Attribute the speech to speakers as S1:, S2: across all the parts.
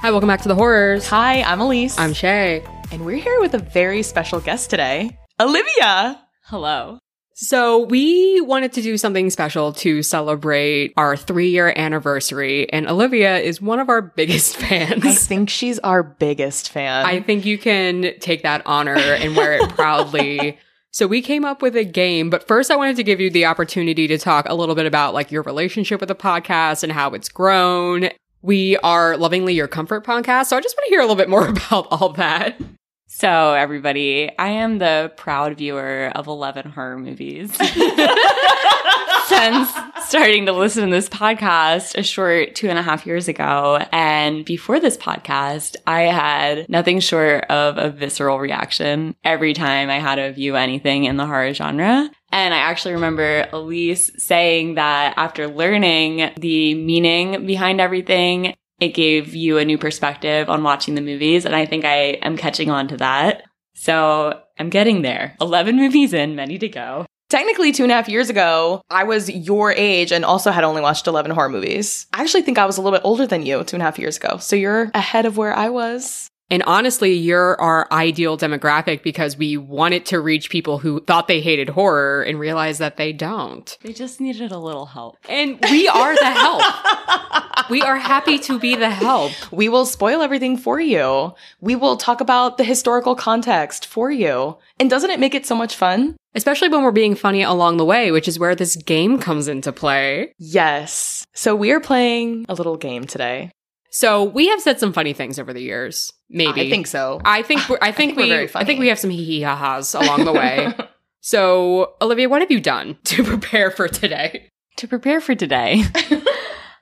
S1: Hi, welcome back to the horrors.
S2: Hi, I'm Elise.
S1: I'm Shay.
S2: and we're here with a very special guest today, Olivia. Hello.
S1: So, we wanted to do something special to celebrate our three year anniversary, and Olivia is one of our biggest
S2: I
S1: fans.
S2: think she's our biggest fan.
S1: I think you can take that honor and wear it proudly. So, we came up with a game, but first, I wanted to give you the opportunity to talk a little bit about like your relationship with the podcast and how it's grown. We are lovingly your comfort podcast. So, I just want to hear a little bit more about all that.
S3: So, everybody, I am the proud viewer of 11 horror movies. Since starting to listen to this podcast a short two and a half years ago. And before this podcast, I had nothing short of a visceral reaction every time I had to view anything in the horror genre. And I actually remember Elise saying that after learning the meaning behind everything, it gave you a new perspective on watching the movies. And I think I am catching on to that. So I'm getting there. 11 movies in, many to go.
S2: Technically, two and a half years ago, I was your age and also had only watched 11 horror movies. I actually think I was a little bit older than you two and a half years ago. So you're ahead of where I was.
S1: And honestly, you're our ideal demographic because we wanted to reach people who thought they hated horror and realized that they don't.
S3: They just needed a little help.
S1: And we are the help. we are happy to be the help.
S2: We will spoil everything for you. We will talk about the historical context for you. And doesn't it make it so much fun?
S1: Especially when we're being funny along the way, which is where this game comes into play.
S2: Yes. So we are playing a little game today.
S1: So we have said some funny things over the years. Maybe
S2: I think so.
S1: I think we're, I think,
S2: think we're
S1: we
S2: very funny.
S1: I think we have some hee hee ha ha's along the way. so Olivia, what have you done to prepare for today?
S3: To prepare for today,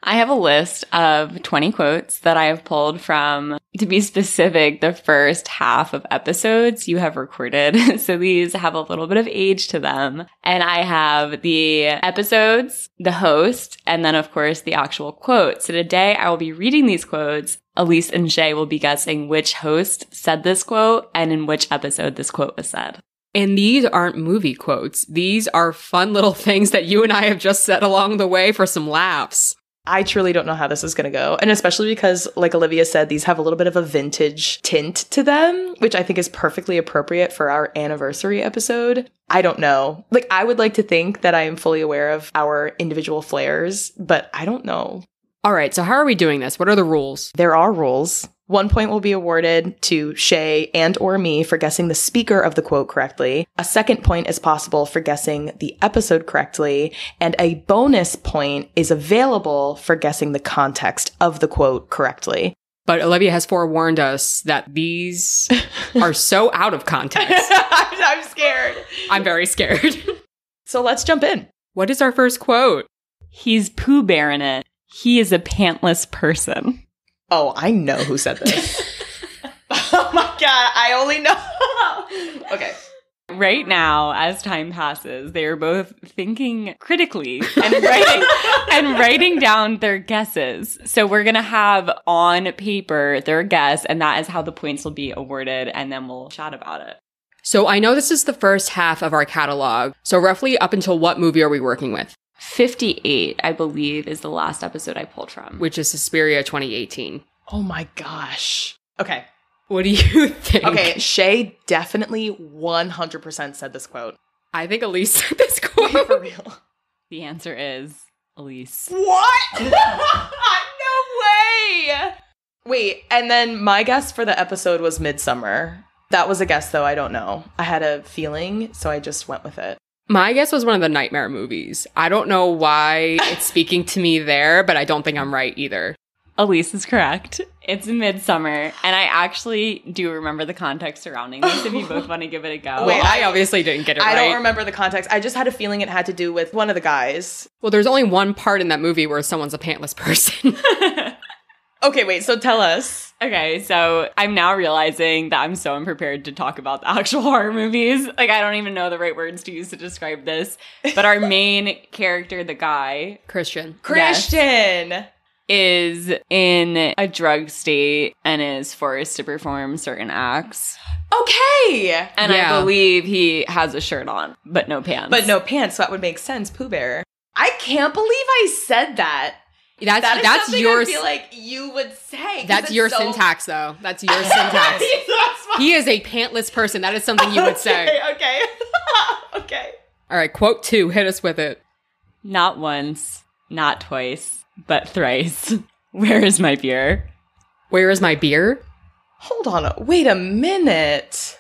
S3: I have a list of 20 quotes that I have pulled from, to be specific, the first half of episodes you have recorded. so these have a little bit of age to them. And I have the episodes, the host, and then, of course, the actual quote. So today I will be reading these quotes. Elise and Shay will be guessing which host said this quote and in which episode this quote was said.
S1: And these aren't movie quotes. These are fun little things that you and I have just said along the way for some laughs.
S2: I truly don't know how this is going to go. And especially because, like Olivia said, these have a little bit of a vintage tint to them, which I think is perfectly appropriate for our anniversary episode. I don't know. Like, I would like to think that I am fully aware of our individual flares, but I don't know.
S1: All right, so how are we doing this? What are the rules?
S2: There are rules. One point will be awarded to Shay and or me for guessing the speaker of the quote correctly. A second point is possible for guessing the episode correctly. And a bonus point is available for guessing the context of the quote correctly.
S1: But Olivia has forewarned us that these are so out of context.
S2: I'm, I'm scared.
S1: I'm very scared.
S2: So let's jump in.
S1: what is our first quote?
S3: He's poo bearing it. He is a pantless person.
S2: Oh, I know who said this. oh my god, I only know. okay.
S3: Right now, as time passes, they are both thinking critically and writing and writing down their guesses. So we're gonna have on paper their guess, and that is how the points will be awarded, and then we'll chat about it.
S1: So I know this is the first half of our catalog. So roughly up until what movie are we working with?
S3: Fifty-eight, I believe, is the last episode I pulled from.
S1: Which is Suspiria 2018.
S2: Oh my gosh. Okay.
S1: What do you think?
S2: Okay, Shay definitely 100% said this quote.
S1: I think Elise said this
S2: For
S1: quote.
S2: real.
S3: the answer is Elise.
S2: What? no way. Wait, and then my guess for the episode was Midsummer. That was a guess though, I don't know. I had a feeling, so I just went with it.
S1: My guess was one of the nightmare movies. I don't know why it's speaking to me there, but I don't think I'm right either.
S3: Elise is correct. It's midsummer, and I actually do remember the context surrounding this. If you both want to give it a
S2: Wait,
S3: go,
S1: well, Oh, I, obviously didn't get it
S2: I
S1: right.
S2: don't remember the context. I just had a feeling it had to do with one of the guys.
S1: well, there's only one part in that movie where someone's a pantless person.
S2: Okay, wait, so tell us.
S3: Okay, so I'm now realizing that I'm so unprepared to talk about the actual horror movies. Like, I don't even know the right words to use to describe this. But our main character, the guy,
S1: Christian.
S3: Yes.
S2: Christian.
S3: is in a drug state and is forced to perform certain acts.
S2: Okay.
S3: And
S1: Yeah.
S3: I believe he has a shirt on, but no pants.
S2: But no pants, so that would make sense, Pooh Bear. I can't believe I said that.
S1: That's
S2: That is
S1: that's
S2: something
S1: your
S2: I feel like you would say. 'cause
S1: that's
S2: it's
S1: your
S2: so-
S1: syntax though. That's your syntax.
S2: That's my-
S1: He is a pantless person. That is something you would say.
S2: Okay. Okay. okay.
S1: All right, quote two, hit us with it.
S3: Not once, not twice, but thrice. Where is my beer?
S1: Where is my beer?
S2: Hold on. a- Wait a minute.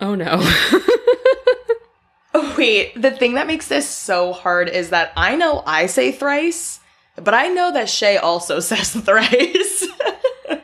S1: Oh no.
S2: Oh, Wait. The thing that makes this so hard is that I know I say thrice, but I know that Shay also says thrice.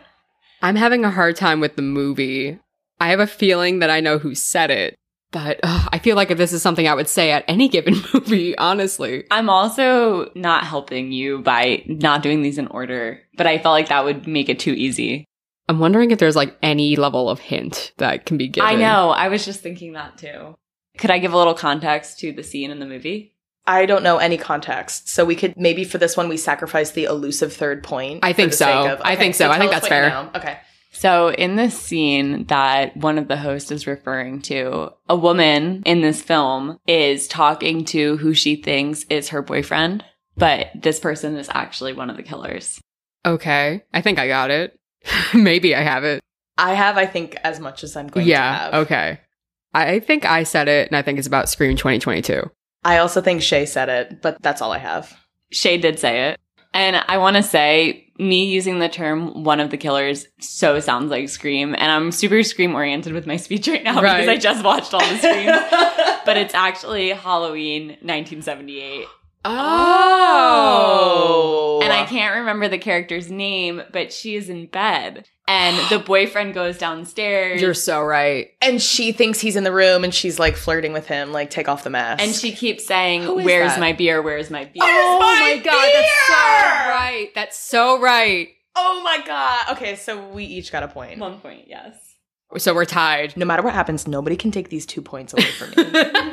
S1: I'm having a hard time with the movie. I have a feeling that I know who said it, but ugh, I feel like if this is something I would say at any given movie, honestly.
S3: I'm also not helping you by not doing these in order, but I felt like that would make it too easy.
S1: I'm wondering if there's like any level of hint that can be given.
S3: I know. I was just thinking that too. Could I give a little context to the scene in the movie?
S2: I don't know any context, so we could maybe for this one we sacrifice the elusive third point.
S1: I think
S2: for the sake
S1: so. I think so. I
S2: tell
S1: think that's
S2: us what
S1: fair.
S2: you know. Okay.
S3: So, in this scene that one of the hosts is referring to, a woman in this film is talking to who she thinks is her boyfriend, but this person is actually one of the killers.
S1: Okay. I think I got it. Maybe I have it.
S2: I have, I think, as much as I'm going
S1: yeah.
S2: to have.
S1: Okay. I think I said it, and I think it's about Scream 2022.
S2: I also think Shay said it, but that's all I have.
S3: Shay did say it. And I want to say, me using the term one of the killers so sounds like Scream. And I'm super Scream oriented with my speech right now because
S1: Right.
S3: I just watched all the Scream.
S1: Oh.
S3: but it's actually Halloween 1978.
S2: oh,
S3: And I can't remember the character's name, but she is in bed. And the boyfriend goes downstairs.
S1: You're so right.
S2: And she thinks he's in the room, and she's like flirting with him, like take off the mask.
S3: and she keeps saying,
S1: Who is
S3: Where's
S1: that?
S3: my beer? Where's my beer?
S2: Oh my
S1: that's so
S2: beer!
S1: right. That's so right.
S2: oh my god. Okay, so we each got a point.
S3: One point, yes.
S1: So we're tied.
S2: no matter what happens, nobody can take these two points away from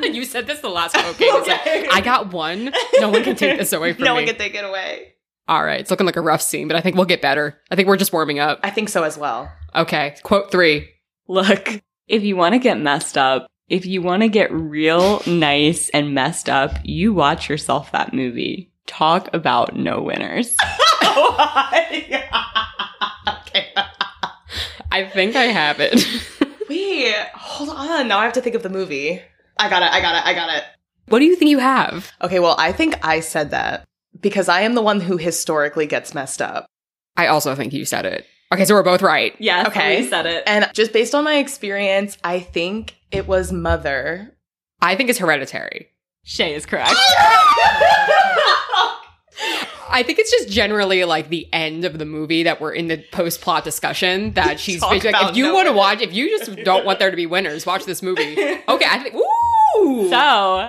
S2: me.
S1: you said this the last vote game. It's like, I got one. No one can take this away from
S2: no
S1: me.
S2: one can take it away.
S1: All right. It's looking like a rough scene, but I think we'll get better. I think we're just warming up.
S2: I think so as well.
S1: Okay. Quote three.
S3: Look, if you want to get messed up, if you want to get real nice and messed up, you watch yourself that movie. Talk about no winners.
S2: Oh okay.
S1: I think I have it.
S2: Wait, hold on. Now I have to think of the movie. I got it. I got it. I got it.
S1: what do you think you have?
S2: Okay, well, I think I said that because I am the one who historically gets messed up.
S1: I also think you said it. Okay. So we're both right.
S3: Yes,
S2: Okay.
S3: Elise said it.
S2: And just based on my experience, I think it was Mother.
S1: I think it's hereditary.
S3: Shay is correct.
S1: I think it's just generally like the end of the movie that we're in the post plot discussion that she's
S2: Talk
S1: basically like,
S2: about
S1: if you
S2: no
S1: want to
S2: winners.
S1: watch, if you just don't want there to be winners, watch this movie. Okay, I think. Ooh,
S3: So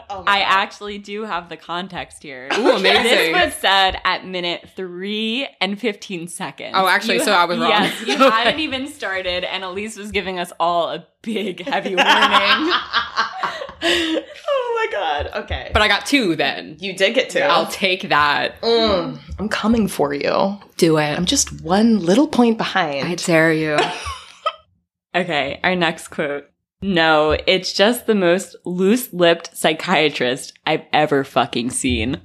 S2: Oh my
S3: I
S2: God.
S3: actually do have the context here.
S1: ooh, amazing.
S3: This was said at minute three and 15 seconds.
S1: Oh, actually,
S3: You
S1: so I was wrong.
S3: Yes, you
S1: Okay.
S3: hadn't even started, and Elise was giving us all a big, heavy warning.
S2: oh my god. Okay.
S1: but I got two then.
S2: you did get to.
S1: I'll take that.
S2: Mm, I'm coming for you.
S1: Do it.
S2: I'm just one little point behind.
S1: I dare you.
S3: Okay, our next quote. No, it's just the most loose lipped psychiatrist I've ever fucking seen.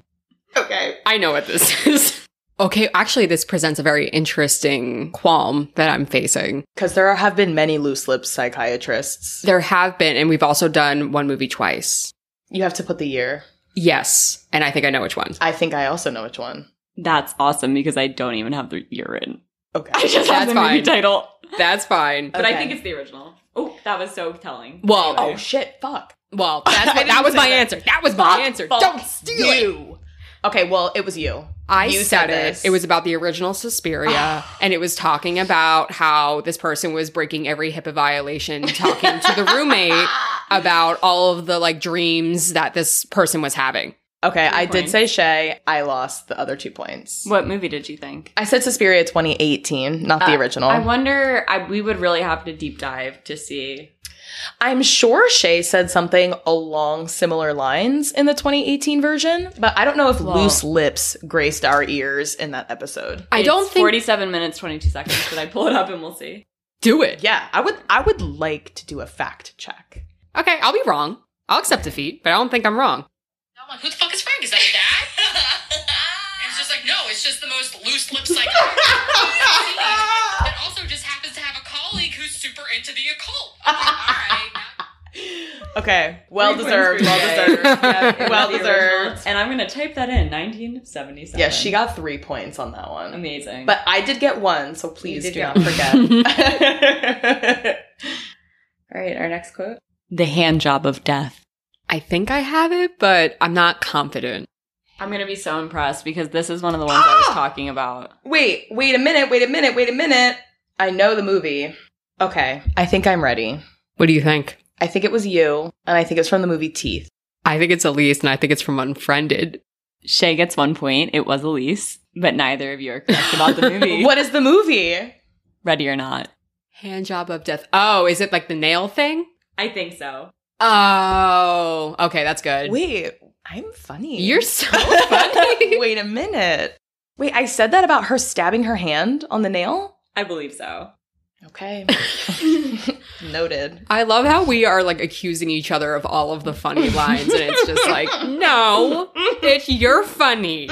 S2: okay.
S1: I know what this is. Okay, actually, this presents a very interesting qualm that I'm facing.
S2: Because there are, have been many loose lips psychiatrists.
S1: There have been, and we've also done one movie twice.
S2: You have to put the year.
S1: Yes, and I think I know which one.
S2: I think I also know which one.
S3: That's awesome because I don't even have the year written.
S2: Okay.
S3: I just have
S1: That's
S3: the movie
S1: fine.
S3: title,
S1: That's fine.
S3: but I
S2: Okay.
S3: think it's the original. Oh, that was so telling.
S1: Well,
S2: Oh shit, fuck.
S1: well, that's
S2: I
S1: what, that
S2: didn't
S1: was
S2: say
S1: my
S2: that.
S1: answer. That was my
S2: Fuck,
S1: answer.
S2: fuck
S1: Don't steal it.
S2: you. Okay, well, it was you.
S1: I
S2: You
S1: said, it.
S2: said this.
S1: It was about the original Suspiria, and it was talking about how this person was breaking every HIPAA violation, talking to the roommate about all of the like dreams that this person was having.
S2: Okay,
S3: Three
S2: I did
S3: points.
S2: say Shay. I lost the other two points.
S3: What movie did you think?
S2: I said Suspiria 2018, not the
S3: Uh,
S2: original.
S3: I wonder, I, we would really have to deep dive to see.
S2: I'm sure Shay said something along similar lines in the 2018 version, but I don't know if
S3: Well-
S2: loose lips graced our ears in that episode.
S1: I
S3: It's
S1: don't think
S3: 47 minutes, 22 seconds. Should I pull it up and we'll see?
S1: do it.
S2: Yeah, I would I would like to do a fact check.
S1: Okay, I'll be wrong. I'll accept defeat, but I don't think I'm wrong.
S4: I'm like, who the fuck is Frank? Is that your dad? and it's just like, no, it's just the most like, and also just happens to have a colleague who's super into the occult. I'm like, all right, now-
S2: okay. Well
S3: Three
S2: deserved.
S3: points for
S2: Well
S3: Jay.
S2: deserved.
S3: Yeah,
S2: Well
S3: the original.
S2: deserved.
S3: And I'm gonna type that in 1977.
S2: Yeah, she got three points on that one.
S3: amazing.
S2: But I did get one, so please
S3: did
S2: do
S3: get
S2: not forget.
S3: all right, our next quote: "The hand job of death."
S1: I think I have it, but I'm not confident.
S3: I'm gonna be so impressed because this is one of the ones I was talking about.
S2: wait, wait a minute, wait a minute, wait a minute. I know the movie. Okay, I think I'm ready.
S1: What do you think?
S2: I think it was you, and I think it's from the movie Teeth.
S1: I think it's Elise, and I think it's from Unfriended.
S3: Shay gets one point. It was Elise, but neither of you are correct about the movie.
S2: What is the movie?
S3: Ready or not?
S1: Hand job of death. Oh, is it like the nail thing?
S3: I think so.
S1: Oh, okay, that's good.
S2: Wait, I'm funny.
S1: You're so funny.
S2: Wait a minute. Wait, I said that about her stabbing her hand on the nail?
S3: I believe so.
S2: Okay. Noted.
S1: I love how we are like accusing each other of all of the funny lines, and it's just like, no, bitch, you're funny.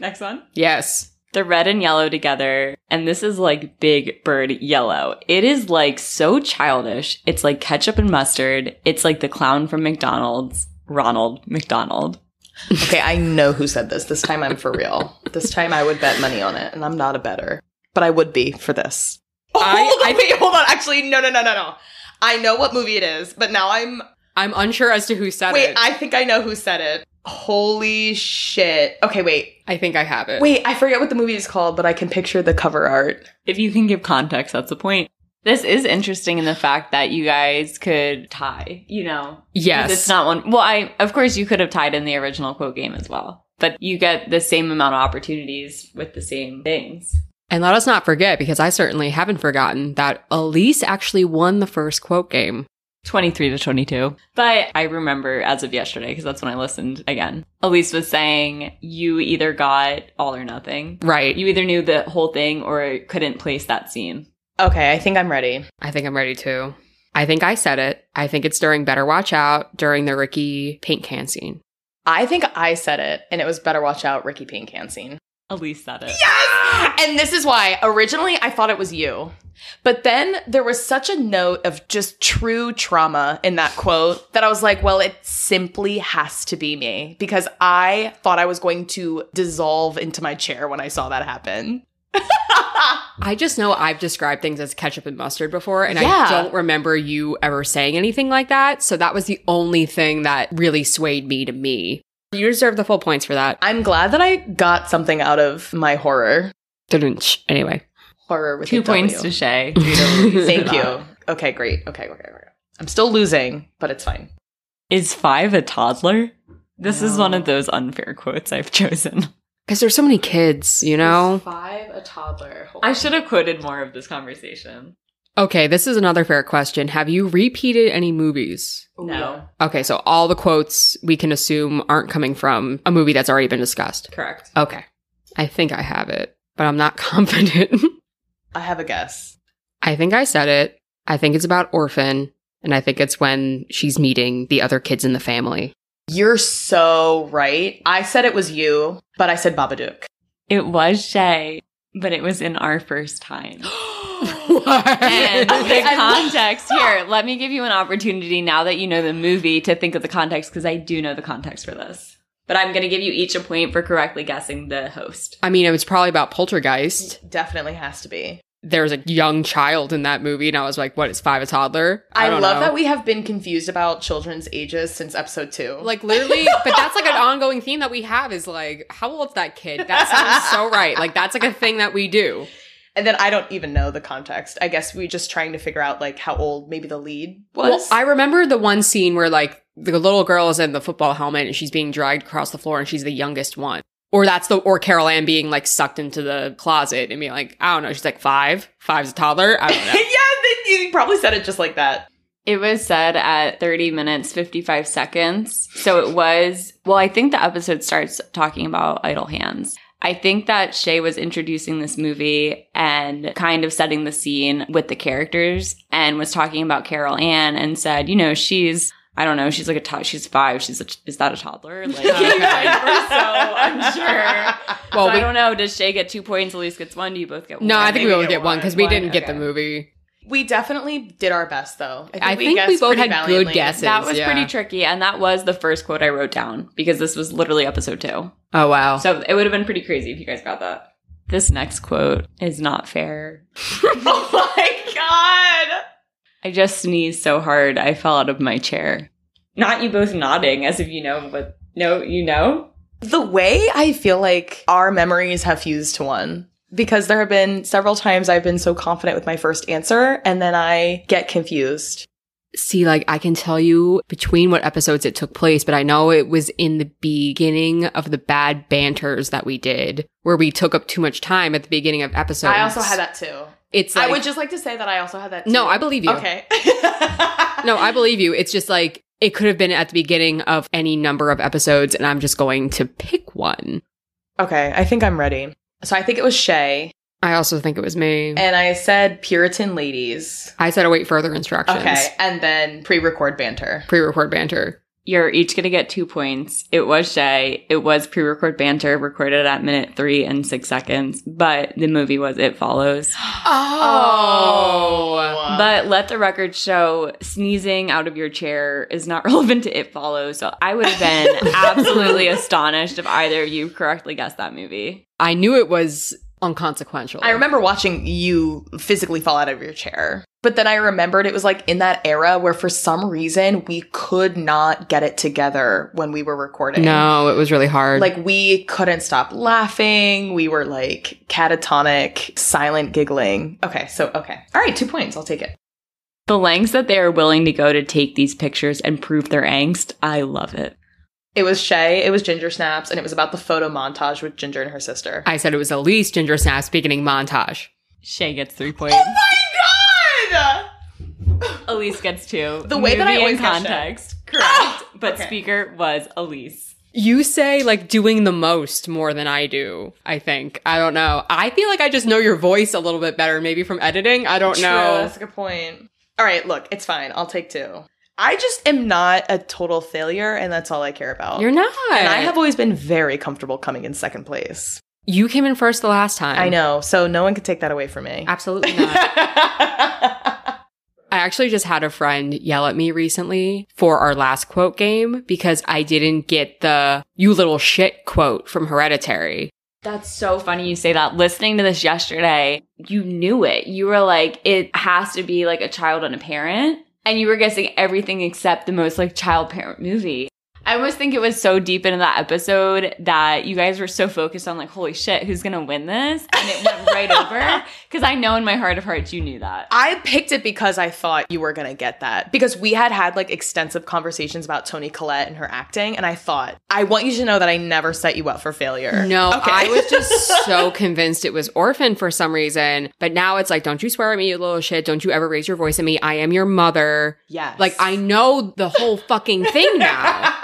S3: Next one.
S1: Yes.
S3: The red and yellow together, and this is like big bird yellow. It is like so childish. It's like ketchup and mustard. It's like the clown from McDonald's, Ronald McDonald.
S2: Okay, I know who said this. This time I'm for real. This time I would bet money on it, and I'm not a better, but I would be for this.
S1: I-
S2: hold on,
S1: I-
S2: wait, hold on. Actually, no, no, no, no, no. I know what movie it is, but now I'm.
S1: I'm unsure as to who said
S2: wait,
S1: it.
S2: I think I know who said it. Holy shit. Okay, wait.
S1: I think I have it.
S2: Wait, I forget what the movie is called, but I can picture the cover art.
S3: If you can give context, that's the point. This is interesting in the fact that you guys could tie, you know. 'Cause
S1: yes.
S3: It's not one. Well, I, of course, you could have tied in the original quote game as well, but you get the same amount of opportunities with the same things.
S1: and let us not forget, because I certainly haven't forgotten, that Elise actually won the first quote game.
S3: 23 to 22. But I remember as of yesterday, because that's when I listened again. Elise was saying, you either got all or nothing.
S1: Right.
S3: You either knew the whole thing or couldn't place that scene.
S2: Okay, I think I'm ready.
S1: I think I'm ready to. I think I said it. I think it's during Better Watch Out during the Ricky paint can scene.
S2: I think I said it, and it was Better Watch Out, Ricky Pink Scene.
S3: Elise said it.
S2: Yes! And this is why originally I thought it was you. But then there was such a note of just true trauma in that quote that I was like, well, it simply has to be me because I thought I was going to dissolve into my chair when I saw that happen.
S1: I just know I've described things as ketchup and mustard before, and
S2: Yeah.
S1: I don't remember you ever saying anything like that. So that was the only thing that really swayed me to me. You deserve the full points for that.
S2: I'm glad that I got something out of my horror.
S1: Didn't anyway.
S2: Horror with
S3: Two
S2: a
S3: points to
S2: W.
S3: Shay.
S2: Thank you. Okay, great. Okay, okay, okay. I'm still losing, but it's fine.
S3: Is five a toddler? This is
S2: No.
S3: one of those unfair quotes I've chosen.
S1: Because there's so many kids, you know?
S2: five a toddler.
S3: I should have quoted more of this conversation.
S1: Okay, this is another fair question. Have you repeated any movies?
S3: No.
S1: Okay, so all the quotes we can assume aren't coming from a movie that's already been discussed.
S3: Correct.
S1: Okay. I think I have it, but I'm not confident.
S2: I have a guess.
S1: I think I said it. I think it's about Orphan, and I think it's when she's meeting the other kids in the family.
S2: You're so right. I said it was you, but I said Babadook.
S3: It was Shay, but it was in our first time. And
S2: Okay,
S3: the
S2: I love-
S3: context here, let me give you an opportunity now that you know the movie to think of the context because I do know the context for this. But I'm going to give you each a point for correctly guessing the host.
S1: I mean, it was probably about Poltergeist.
S2: Definitely has to be.
S1: There was a young child in that movie, and I was like, what is five, a toddler?
S2: I,
S1: don't
S2: love
S1: know.
S2: that we have been confused about children's ages since episode two.
S1: Like literally, but that's like an ongoing theme that we have is like, how old's that kid? That sounds so right. Like that's like a thing that we do.
S2: and then I don't even know the context. I guess we just trying to figure out like how old maybe the lead
S1: Well,
S2: was.
S1: I remember the one scene where like the little girl is in the football helmet and she's being dragged across the floor and she's the youngest one. Or that's the or Carol Ann being like sucked into the closet and being like, I don't know, she's like five. Five's a toddler. I don't know.
S2: yeah, then you probably said it just like that.
S3: It was said at 30 minutes, 55 seconds. So it was, well, I think the episode starts talking about Idle Hands. I think that Shay was introducing this movie and kind of setting the scene with the characters and was talking about Carol Ann and said, you know, she's I don't know. She's like a to- she's five. She's a, is that a toddler? Like,
S1: Yeah.
S3: like, or so I'm sure.
S1: Well,
S3: so I
S1: we,
S3: don't know. Does Shay get two points? Elise gets one. Do you both get one?
S1: no, I think we
S2: Maybe
S1: only
S2: a
S1: get one because we didn't get the
S3: okay.
S1: movie.
S2: We definitely did our best, though.
S1: I think we
S2: guessed
S1: both
S2: pretty
S1: had good
S2: valiantly.
S1: guesses.
S3: That was
S1: yeah.
S3: pretty tricky, and that was the first quote I wrote down because this was literally episode two.
S1: Oh wow.
S3: So it would have been pretty crazy if you guys got that. This next quote is not fair.
S2: oh my god!
S3: I just sneezed so hard I fell out of my chair. Not you both nodding as if you know what. No, you know.
S2: The way I feel like our memories have fused to one. Because there have been several times I've been so confident with my first answer, and then I get confused.
S1: See, like I can tell you between what episodes it took place, but I know it was in the beginning of the bad banters that we did, where we took up too much time at the beginning of episodes.
S2: that too.
S1: It's like,
S2: I would just like to say that I also had that. Too.
S1: no, I believe you.
S2: Okay.
S1: No, I believe you. It's just like it could have been at the beginning of any number of episodes, and I'm just going to pick one.
S2: Okay, I think I'm ready. So I think it was Shay,
S1: I also think it was me.
S2: and I said Puritan ladies.
S1: I said await further instructions.
S2: Okay, and then pre-record banter.
S1: Pre-record banter.
S3: You're each going to get two points. It was Shay. It was pre record banter recorded at minute three and six seconds, but the movie was It Follows.
S2: Um,
S1: Oh.
S3: But let the record show sneezing out of your chair is not relevant to It Follows. So I would have been absolutely astonished if either of you correctly guessed that movie.
S1: I knew it was unconsequential.
S2: I remember watching you physically fall out of your chair. But then I remembered it was like in that era where for some reason we could not get it together when we were recording.
S1: No, it was really hard.
S2: Like we couldn't stop laughing. We were like catatonic, silent giggling. Okay, so okay. All right, two points. I'll take it.
S3: The lengths that they are willing to go to take these pictures and prove their angst, I love it.
S2: It was Shay, it was Ginger Snaps, and it was about the photo montage with Ginger and her sister.
S1: I said it was Elise Ginger Snaps beginning montage.
S3: Shay gets three points.
S2: Oh God!
S3: Elise gets two.
S2: The way that I
S3: Movie
S2: always
S3: in
S2: get Shay.
S3: context, correct. But
S2: Okay.
S3: speaker was Elise.
S1: You say like doing the most more than I do, I think. I don't know. I feel like I just know your voice a little bit better, maybe from editing. I don't
S2: True,
S1: know.
S2: that's a good point. All right, look, it's fine. I'll take two. I just am not a total failure, and that's all I care about.
S1: You're not.
S2: And I have always been very comfortable coming in second place.
S1: You came in first the last time.
S2: I know, so no one could take that away from me.
S1: Absolutely not. I actually just had a friend yell at me recently for our last quote game because I didn't get the you little shit quote from Hereditary.
S3: That's so funny you say that. Listening to this yesterday, you knew it. You were like, it has to be like a child and a parent. And you were guessing everything except the most like child parent movie. I almost think it was so deep into that episode that you guys were so focused on like, holy shit, who's gonna win this? And it went right over. Cause I know in my heart of hearts you knew that.
S2: I picked it because I thought you were going to get that because we had had like extensive conversations about Toni Collette and her acting and I thought I want you to know that I never set you up for failure.
S1: No,
S2: Okay.
S1: I was just so convinced it was Orphan for some reason. But now it's like, don't you swear at me, you little shit. Don't you ever raise your voice at me. I am your mother.
S2: yes.
S1: Like, I know the whole fucking thing now.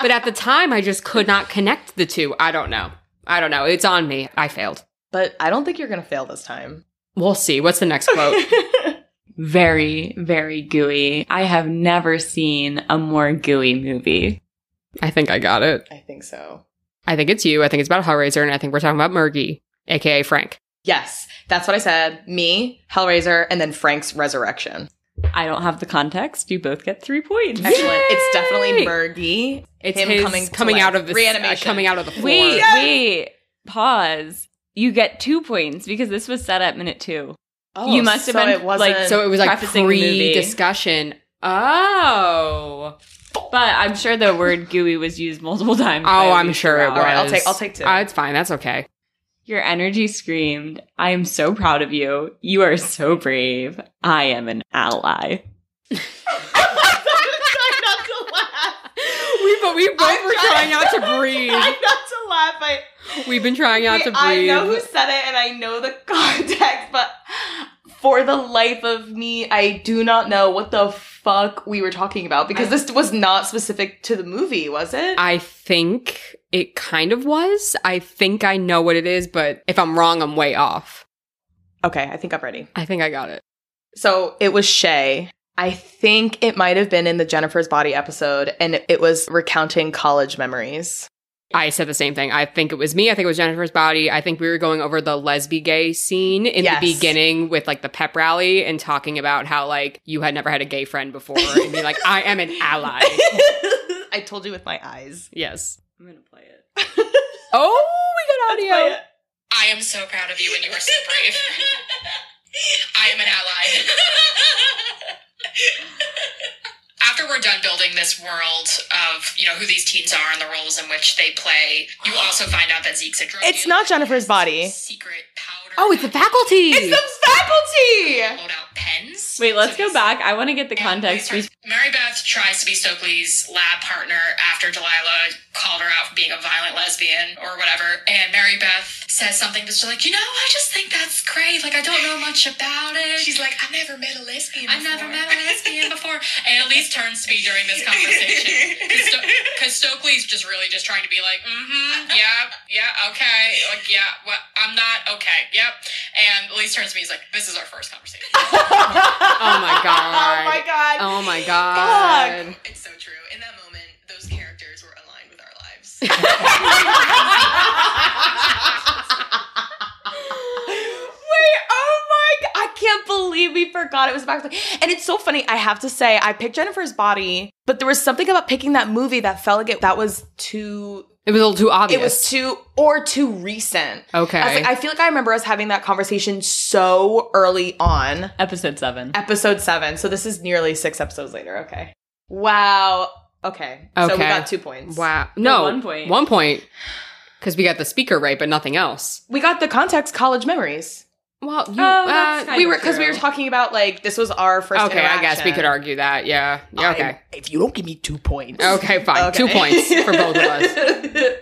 S1: but at the time, I just could not connect the two. I don't know. I don't know. It's on me. I failed.
S2: But I don't think you're going to fail this time.
S1: We'll see. What's the next quote?
S3: Very, very gooey. I have never seen a more gooey movie.
S1: I think I got it.
S2: I think so.
S1: I think it's you. I think it's about Hellraiser. And I think we're talking about Murgy, aka Frank.
S2: Yes, that's what I said. Me, Hellraiser, and then Frank's resurrection.
S3: I don't have the context. You both get three points.
S2: Excellent. It's
S1: Yay!
S2: definitely Murgy.
S1: It's
S2: Him
S1: him coming,
S2: coming to
S1: coming
S2: life.
S1: out of the
S2: Reanimation.
S1: uh, coming out of the floor.
S3: Wait, wait. Pause. You get two points because this was set at minute two. You must have
S2: Oh, so
S3: been,
S2: it wasn't.
S3: like,
S1: So it was like
S3: prefacing the movie.
S1: pre-discussion. Oh,
S3: But I'm sure the word gooey was used multiple times.
S1: Oh,
S3: by
S1: I'm
S3: Elise
S1: sure it
S3: throughout.
S2: all right, I'll
S1: was-
S2: take. I'll take two.
S1: Uh, it's fine. That's okay.
S3: Your energy screamed, I am so proud of you. You are so brave. I am an ally.
S2: I'm not to laugh.
S1: We but we both
S2: I'm
S1: were
S2: trying-
S1: trying not to breathe.
S2: I'm not to laugh. I,
S1: We've been trying not to breathe.
S2: I know who said it and I know the context, but for the life of me, I do not know what the fuck we were talking about because this was not specific to the movie, was it?
S1: I think it kind of was. I think I know what it is, but if I'm wrong, I'm way off.
S2: okay, I think I'm ready.
S1: I think I got it.
S2: So it was Shay, I think it might have been in the Jennifer's Body episode, and it was recounting college memories.
S1: I said the same thing. I think it was me. I think it was Jennifer's body. I think we were going over the lesbian gay scene in
S2: Yes.
S1: the beginning with like the pep rally and talking about how like you had never had a gay friend before and be like, I am an ally.
S2: I told you with my eyes.
S1: Yes.
S3: I'm gonna play it.
S1: Oh, we got audio.
S4: I am so proud of you and you are so brave. I am an ally. After we're done building this world of, you know, who these teens are and the roles in which they play, you also find out that Zeke syndrome.
S2: It's not Jennifer's body.
S4: Secret powder.
S1: Oh, it's the faculty.
S2: faculty.
S4: Load out pens.
S3: Wait, let's
S4: So
S3: go back. I want to get the context.
S4: Mary Beth- Mary Beth tries to be Stokely's lab partner after Delilah called her out for being a violent lesbian or whatever. And Mary Beth says something that's just like, you know, I just think that's great. Like, I don't know much about it. She's like, I never met a lesbian I never met a lesbian before. And Elise turns to me during this conversation. Because Stokely's just really just trying to be like, mm hmm, yeah, yeah, okay. Like, yeah, well, I'm not, okay, yep. And Elise turns to me, he's like, this is our first conversation.
S1: Oh my god.
S2: Oh my god.
S1: Oh my god.
S4: It's so true. In that moment, those characters were aligned with our lives.
S2: Wait, oh my god. I can't believe we forgot it was back. And it's so funny. I have to say, I picked Jennifer's body, but there was something about picking that movie that felt like it that was too
S1: It was a little too obvious.
S2: it was too or too recent.
S1: okay.
S2: I was like, I feel like I remember us having that conversation so early on.
S3: Episode seven.
S2: Episode seven. So this is nearly six episodes later. Okay. Wow. Okay. So we
S1: Okay.
S2: got two points.
S1: wow. No.
S3: one point.
S1: One point. Because we got the speaker right, but nothing else.
S2: We got the context college memories.
S1: Well, you,
S3: Oh, that's
S1: uh,
S3: kind
S2: We
S3: of
S2: were because we were
S3: true.
S2: talking about like this was our first.
S1: okay. I guess we
S2: interaction.
S1: could argue that. Yeah. Yeah. Okay.
S2: if you don't give me two points.
S1: Okay, fine. Two points for both of us.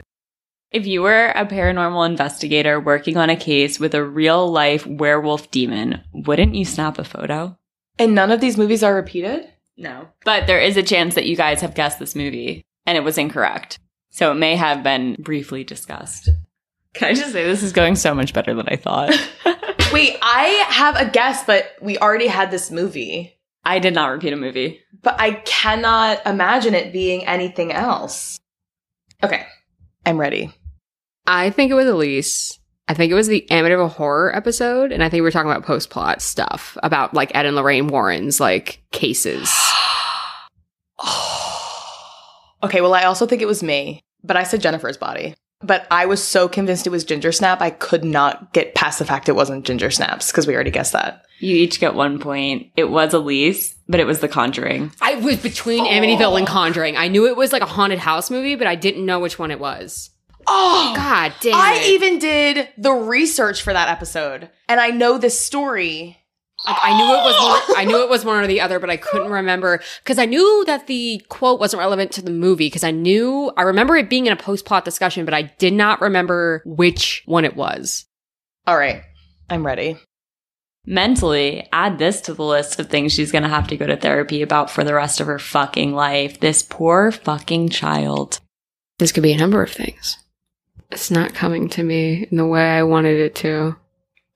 S3: If you were a paranormal investigator working on a case with a real life werewolf demon, wouldn't you snap a photo?
S2: and none of these movies are repeated.
S3: No. But there is a chance that you guys have guessed this movie and it was incorrect. So it may have been briefly discussed. Can I just say this is going so much better than I thought?
S2: Wait, I have a guess, but we already had this movie.
S3: I did not repeat a movie.
S2: But I cannot imagine it being anything else. Okay, I'm ready.
S1: I think it was Elise. I think it was the Amityville Horror episode, and I think we were talking about post plot stuff about like Ed and Lorraine Warren's like cases.
S2: Okay, well, I also think it was me, but I said Jennifer's body. But I was so convinced it was Ginger Snap, I could not get past the fact it wasn't Ginger Snaps because we already guessed that.
S3: You each get one point. It was Elise, but it was The Conjuring.
S1: I was between Amityville and Conjuring. I knew it was like a haunted house movie, but I didn't know which one it was.
S2: Oh,
S1: God damn!
S2: I
S1: it.
S2: even did the research for that episode, and I know this story.
S1: Like, I knew it was one, I knew it was one or the other, but I couldn't remember because I knew that the quote wasn't relevant to the movie because I knew I remember it being in a post plot discussion, but I did not remember which one it was.
S2: All right, I'm ready.
S3: Mentally, add this to the list of things she's going to have to go to therapy about for the rest of her fucking life. This poor fucking child.
S1: This could be a number of things. It's not coming to me in the way I wanted it to.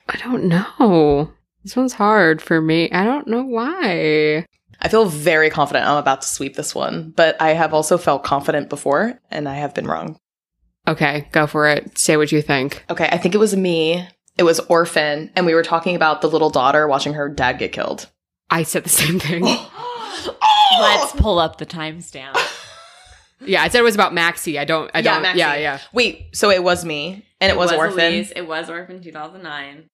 S1: I don't know. This one's hard for me. I don't know why.
S2: I feel very confident I'm about to sweep this one, but I have also felt confident before, and I have been wrong.
S1: Okay, go for it. Say what you think.
S2: Okay, I think it was me. It was Orphan, and we were talking about the little daughter watching her dad get killed.
S1: I said the same thing.
S3: Let's pull up the timestamp.
S1: yeah, I said it was about Maxie. I don't. I
S2: Yeah,
S1: don't.
S2: Maxie.
S1: yeah, yeah.
S2: Wait, so it was me, and it, was, Orphan.
S3: Elise. It was Orphan 2009.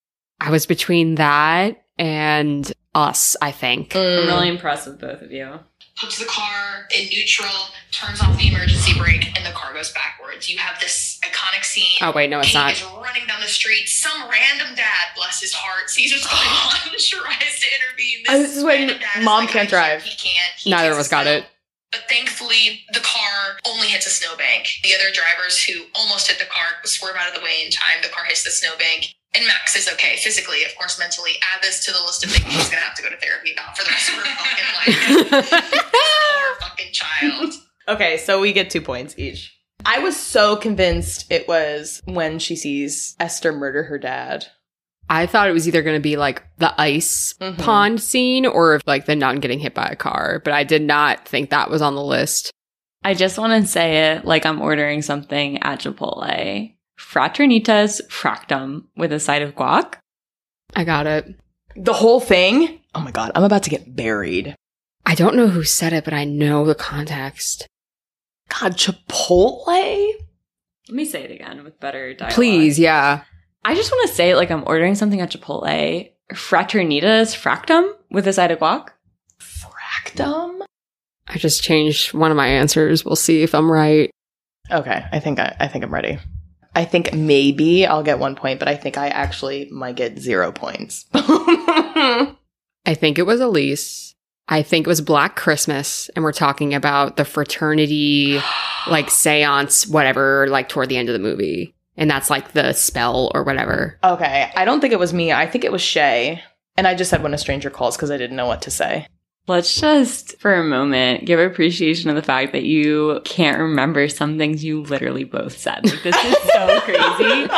S1: I was between that and us, I think.
S3: I'm
S2: Mm.
S3: really impressed with both of you.
S4: Puts the car in neutral, turns off the emergency brake, and the car goes backwards. You have this iconic scene.
S1: Oh, wait, no, it's
S4: Kate
S1: not.
S4: is running down the street. Some random dad, bless his heart, sees what's going on, tries to intervene.
S2: Oh, this is when
S4: random dad is
S2: mom
S4: like,
S2: can't
S4: "I
S2: drive."
S4: He can't. He
S1: Neither of
S4: can't
S1: us got
S4: settle.
S1: it.
S4: But thankfully, the car only hits a snowbank. The other drivers who almost hit the car swerve out of the way in time. The car hits the snowbank. And Max is okay physically, of course, mentally. Add this to the list of things she's going to have to go to therapy about for the rest of her fucking life. Poor fucking child.
S2: Okay, so we get two points each. I was so convinced it was when she sees Esther murder her dad.
S1: I thought it was either going to be like the ice
S2: Mhm.
S1: pond scene or if like the nun getting hit by a car, but I did not think that was on the list.
S3: I just want to say it like I'm ordering something at Chipotle. Fraternitas fractum with a side of guac.
S1: I got it.
S2: The whole thing? Oh my god, I'm about to get buried.
S1: I don't know who said it, but I know the context.
S2: God, Chipotle?
S3: Let me say it again with better dialogue.
S1: Please, yeah.
S3: I just want to say it like I'm ordering something at Chipotle. Fraternitas fractum with a side of guac.
S2: Fractum?
S1: I just changed one of my answers. We'll see if I'm right.
S2: Okay, I think I, I think I'm ready. I think maybe I'll get one point, but I think I actually might get zero points.
S1: I think it was Elise. I think it was Black Christmas, and we're talking about the fraternity, like seance, whatever, like toward the end of the movie. And that's like the spell or whatever.
S2: okay, I don't think it was me. I think it was Shay, and I just said when a stranger calls because I didn't know what to say.
S3: Let's just for a moment give appreciation of the fact that you can't remember some things you literally both said. Like, this is so crazy.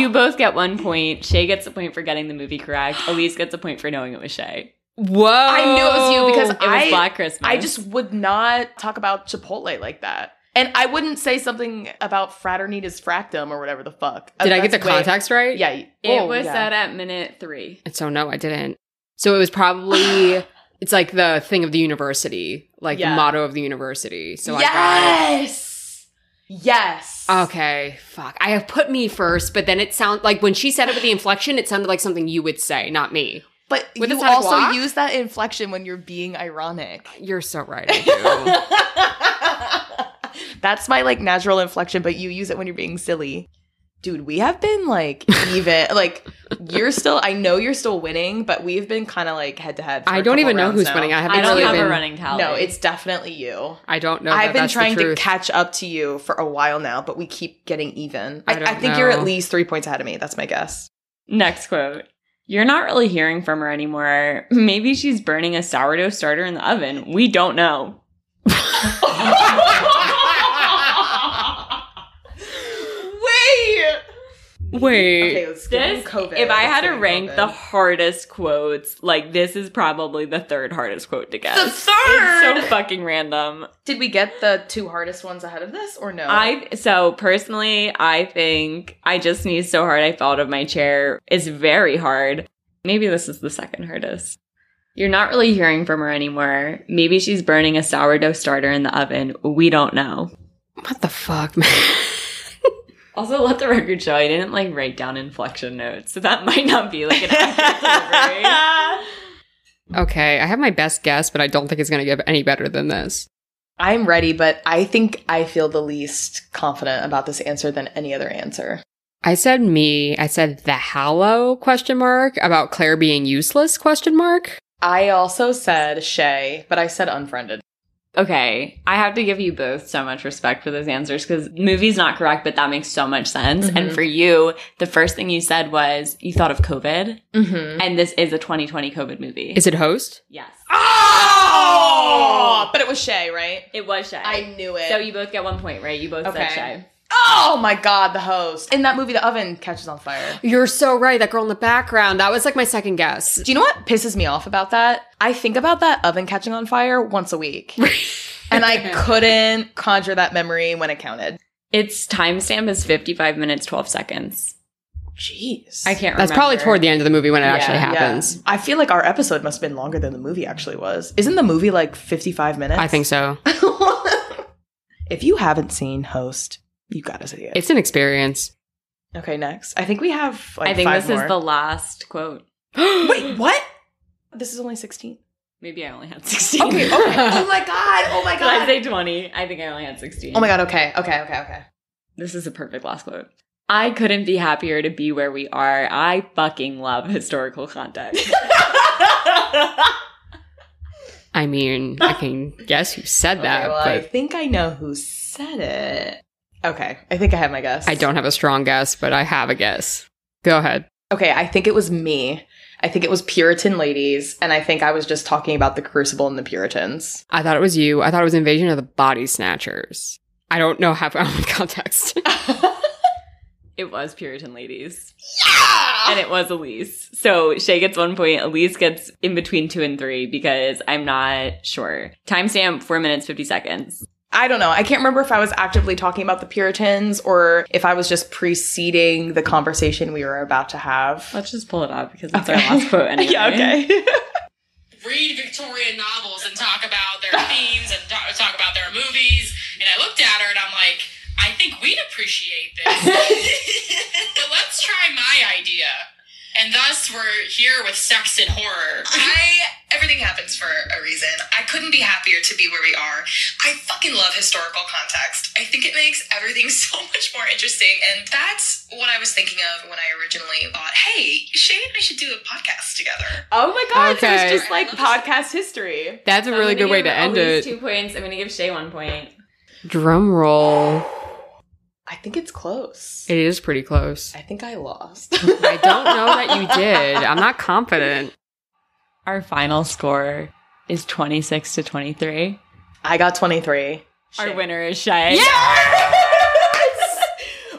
S3: You both get one point. Shay gets a point for getting the movie correct. Elise gets a point for knowing it was Shay.
S1: Whoa.
S2: I knew it was you because
S3: Oh, It was
S2: I
S3: Black Christmas.
S2: I just would not talk about Chipotle like that, and I wouldn't say something about Fraternitas Fractum or whatever the fuck.
S1: Did I get the
S2: Oh, That's way-
S1: context right?
S2: Yeah,
S3: It
S2: oh,
S3: was
S2: yeah.
S3: said at minute three.
S1: And so no, I didn't. So it was probably it's like the thing of the university, like
S2: Yeah.
S1: the motto of the university. So I got it.
S2: yes, yes.
S1: Okay, fuck. I have put me first, but then it sound like when she said it with the inflection, it sounded like something you would say, not me.
S2: But
S1: With a
S2: you
S1: side of
S2: also
S1: guac?
S2: use that inflection when you're being ironic.
S1: You're so right. I do.
S2: That's my like natural inflection, but you use it when you're being silly. Dude, we have been like even like you're still I know you're still winning, but we've been kind of like head to head.
S1: I don't even know who's winning. I haven't
S3: I don't
S1: really
S3: have
S1: been,
S3: a running tally.
S2: No, it's definitely you.
S1: I don't know.
S2: I've been trying to
S1: catch.
S2: catch up to you for a while now, but we keep getting even.
S1: I
S2: I,
S1: don't
S2: I think you're
S1: know.
S2: at least three points ahead of me. That's my guess.
S3: Next quote. You're not really hearing from her anymore. Maybe she's burning a sourdough starter in the oven. We don't know.
S2: Wait.
S1: Wait.
S2: Okay, let's give
S3: This,
S2: him COVID.
S3: if I
S2: Let's
S3: had
S2: give
S3: to
S2: him
S3: rank
S2: COVID.
S3: the hardest quotes, like this is probably the third hardest quote to guess.
S2: The third!
S3: It's so fucking random.
S2: Did we get the two hardest ones ahead of this or no?
S3: I so personally, I think I just sneezed so hard I fell out of my chair. It's very hard. Maybe this is the second hardest. You're not really hearing from her anymore. Maybe she's burning a sourdough starter in the oven. We don't know.
S1: What the fuck, man?
S3: Also, let the record show I didn't like write down inflection notes, so that might not be like an accurate delivery.
S1: okay, I have my best guess, but I don't think it's gonna get any better than this.
S2: I'm ready, but I think I feel the least confident about this answer than any other answer.
S1: I said me. I said the hallow question mark about Claire being useless question mark.
S2: I also said Shay, but I said unfriended.
S3: Okay, I have to give you both so much respect for those answers because movie's not correct, but that makes so much sense. And
S2: Mhm.
S3: for you, the first thing you said was you thought of COVID,
S2: Mm-hmm.
S3: and this is a 2020 COVID movie.
S1: Is it host?
S3: yes,
S2: Oh! But it was Shay, right?
S3: it was Shay.
S2: I knew it.
S3: so you both get one point, right? You both said
S2: Okay.
S3: Shay.
S2: oh my god, the host. In that movie, the oven catches on fire.
S1: You're so right. That girl in the background. That was like my second guess.
S2: Do you know what pisses me off about that? I think about that oven catching on fire once a week. and I couldn't conjure that memory when it counted.
S3: Its timestamp is 55 minutes 12 seconds.
S2: Jeez.
S3: I can't.
S1: That's
S3: remember.
S1: probably toward the end of the movie when it actually
S3: Yeah,
S1: happens.
S2: Yeah. I feel like our episode must have been longer than the movie actually was. Isn't the movie like 55 minutes?
S1: I think so.
S2: if you haven't seen Host, you gotta see it.
S1: It's an experience.
S2: okay, next. I think we have like
S3: I think
S2: five
S3: this
S2: more.
S3: is the last quote.
S2: Wait, what? This is only 16.
S3: Maybe I only had 16.
S2: Okay, okay. oh my god. Oh my
S3: Did I
S2: god.
S3: say 20? I think I only had 16.
S2: Oh my god, okay. Okay, okay, okay.
S3: This is a perfect last quote. I couldn't be happier to be where we are. I fucking love historical context.
S1: I mean, I can guess who said that,
S2: Okay, well, I
S1: but
S2: think I know who said it. Okay, I think I have my guess.
S1: I don't have a strong guess, but I have a guess. Go ahead.
S2: Okay, I think it was me. I think it was Puritan ladies, and I think I was just talking about the Crucible and the Puritans.
S1: I thought it was you. I thought it was Invasion of the Body Snatchers. I don't know how I don't have context.
S3: it was Puritan ladies.
S2: Ah!
S3: and it was Elise. So Shay gets one point. Elise gets in between two and three because I'm not sure. Timestamp four minutes fifty seconds.
S2: I don't know. I can't remember if I was actively talking about the Puritans or if I was just preceding the conversation we were about to have.
S3: Let's just pull it up because it's
S2: Okay.
S3: our last quote anyway.
S2: Yeah, okay.
S4: read Victorian novels and talk about their themes and ta- talk about their movies. And I looked at her and I'm like, I think we'd appreciate this. but let's try my idea. And thus we're here with sex and horror. I everything happens for a reason. I couldn't be happier to be where we are. I fucking love historical context. I think it makes everything so much more interesting. And that's what I was thinking of when I originally thought, hey, Shay and I should do a podcast together.
S2: oh my god, so
S1: Okay.
S2: it's just like podcast history.
S1: That's a
S3: So I'm
S1: really
S3: gonna
S1: good way
S3: give
S1: to end
S3: Elise
S1: it.
S3: Two points. I'm going to give Shay one point.
S1: Drum roll.
S2: I think it's close.
S1: It is pretty close.
S2: I think I lost.
S1: I don't know that you did. I'm not confident.
S3: Our final score is 26 to 23.
S2: I got 23.
S3: Our winner is Shay.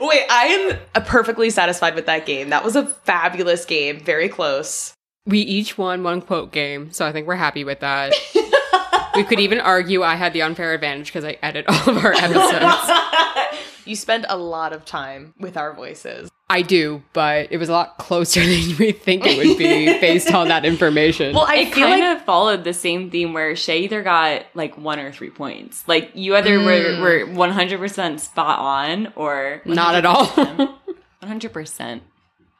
S2: Wait, I am perfectly satisfied with that game. That was a fabulous game. Very close.
S1: We each won one quote game, so I think we're happy with that. we could even argue I had the unfair advantage because I edit all of our episodes.
S2: you spend a lot of time with our voices.
S1: I do, but it was a lot closer than we think it would be based on that information.
S2: Well, I
S3: it
S2: feel
S3: kind
S2: like
S3: of followed the same theme where Shay either got like one or three points. Like you either were, were 100% spot on or
S1: Mm. Not at all.
S3: 100%.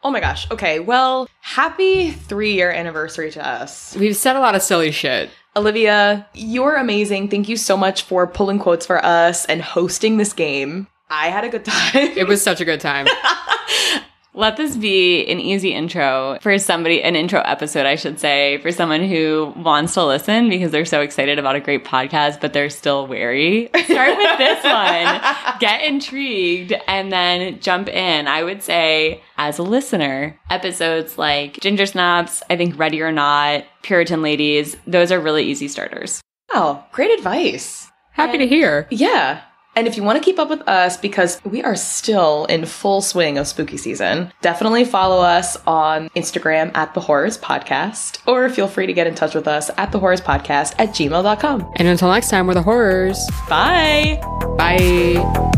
S2: oh my gosh. Okay, well, happy three year anniversary to us.
S1: We've said a lot of silly shit.
S2: Olivia, you're amazing. Thank you so much for pulling quotes for us and hosting this game. I had a good time.
S1: It was such a good time.
S3: Let this be an easy intro for somebody, an intro episode, I should say, for someone who wants to listen because they're so excited about a great podcast, but they're still wary. Start with this one, get intrigued, and then jump in. I would say, as a listener, episodes like Ginger Snaps, I think Ready or Not, Puritan Ladies, those are really easy starters.
S2: Wow, great advice.
S1: Happy to hear.
S2: Yeah. And if you want to keep up with us, because we are still in full swing of spooky season, definitely follow us on Instagram at The Horrors Podcast, or feel free to get in touch with us at The Horrors Podcast at gmail.com.
S1: And until next time, we're the horrors.
S2: Bye.
S1: Bye.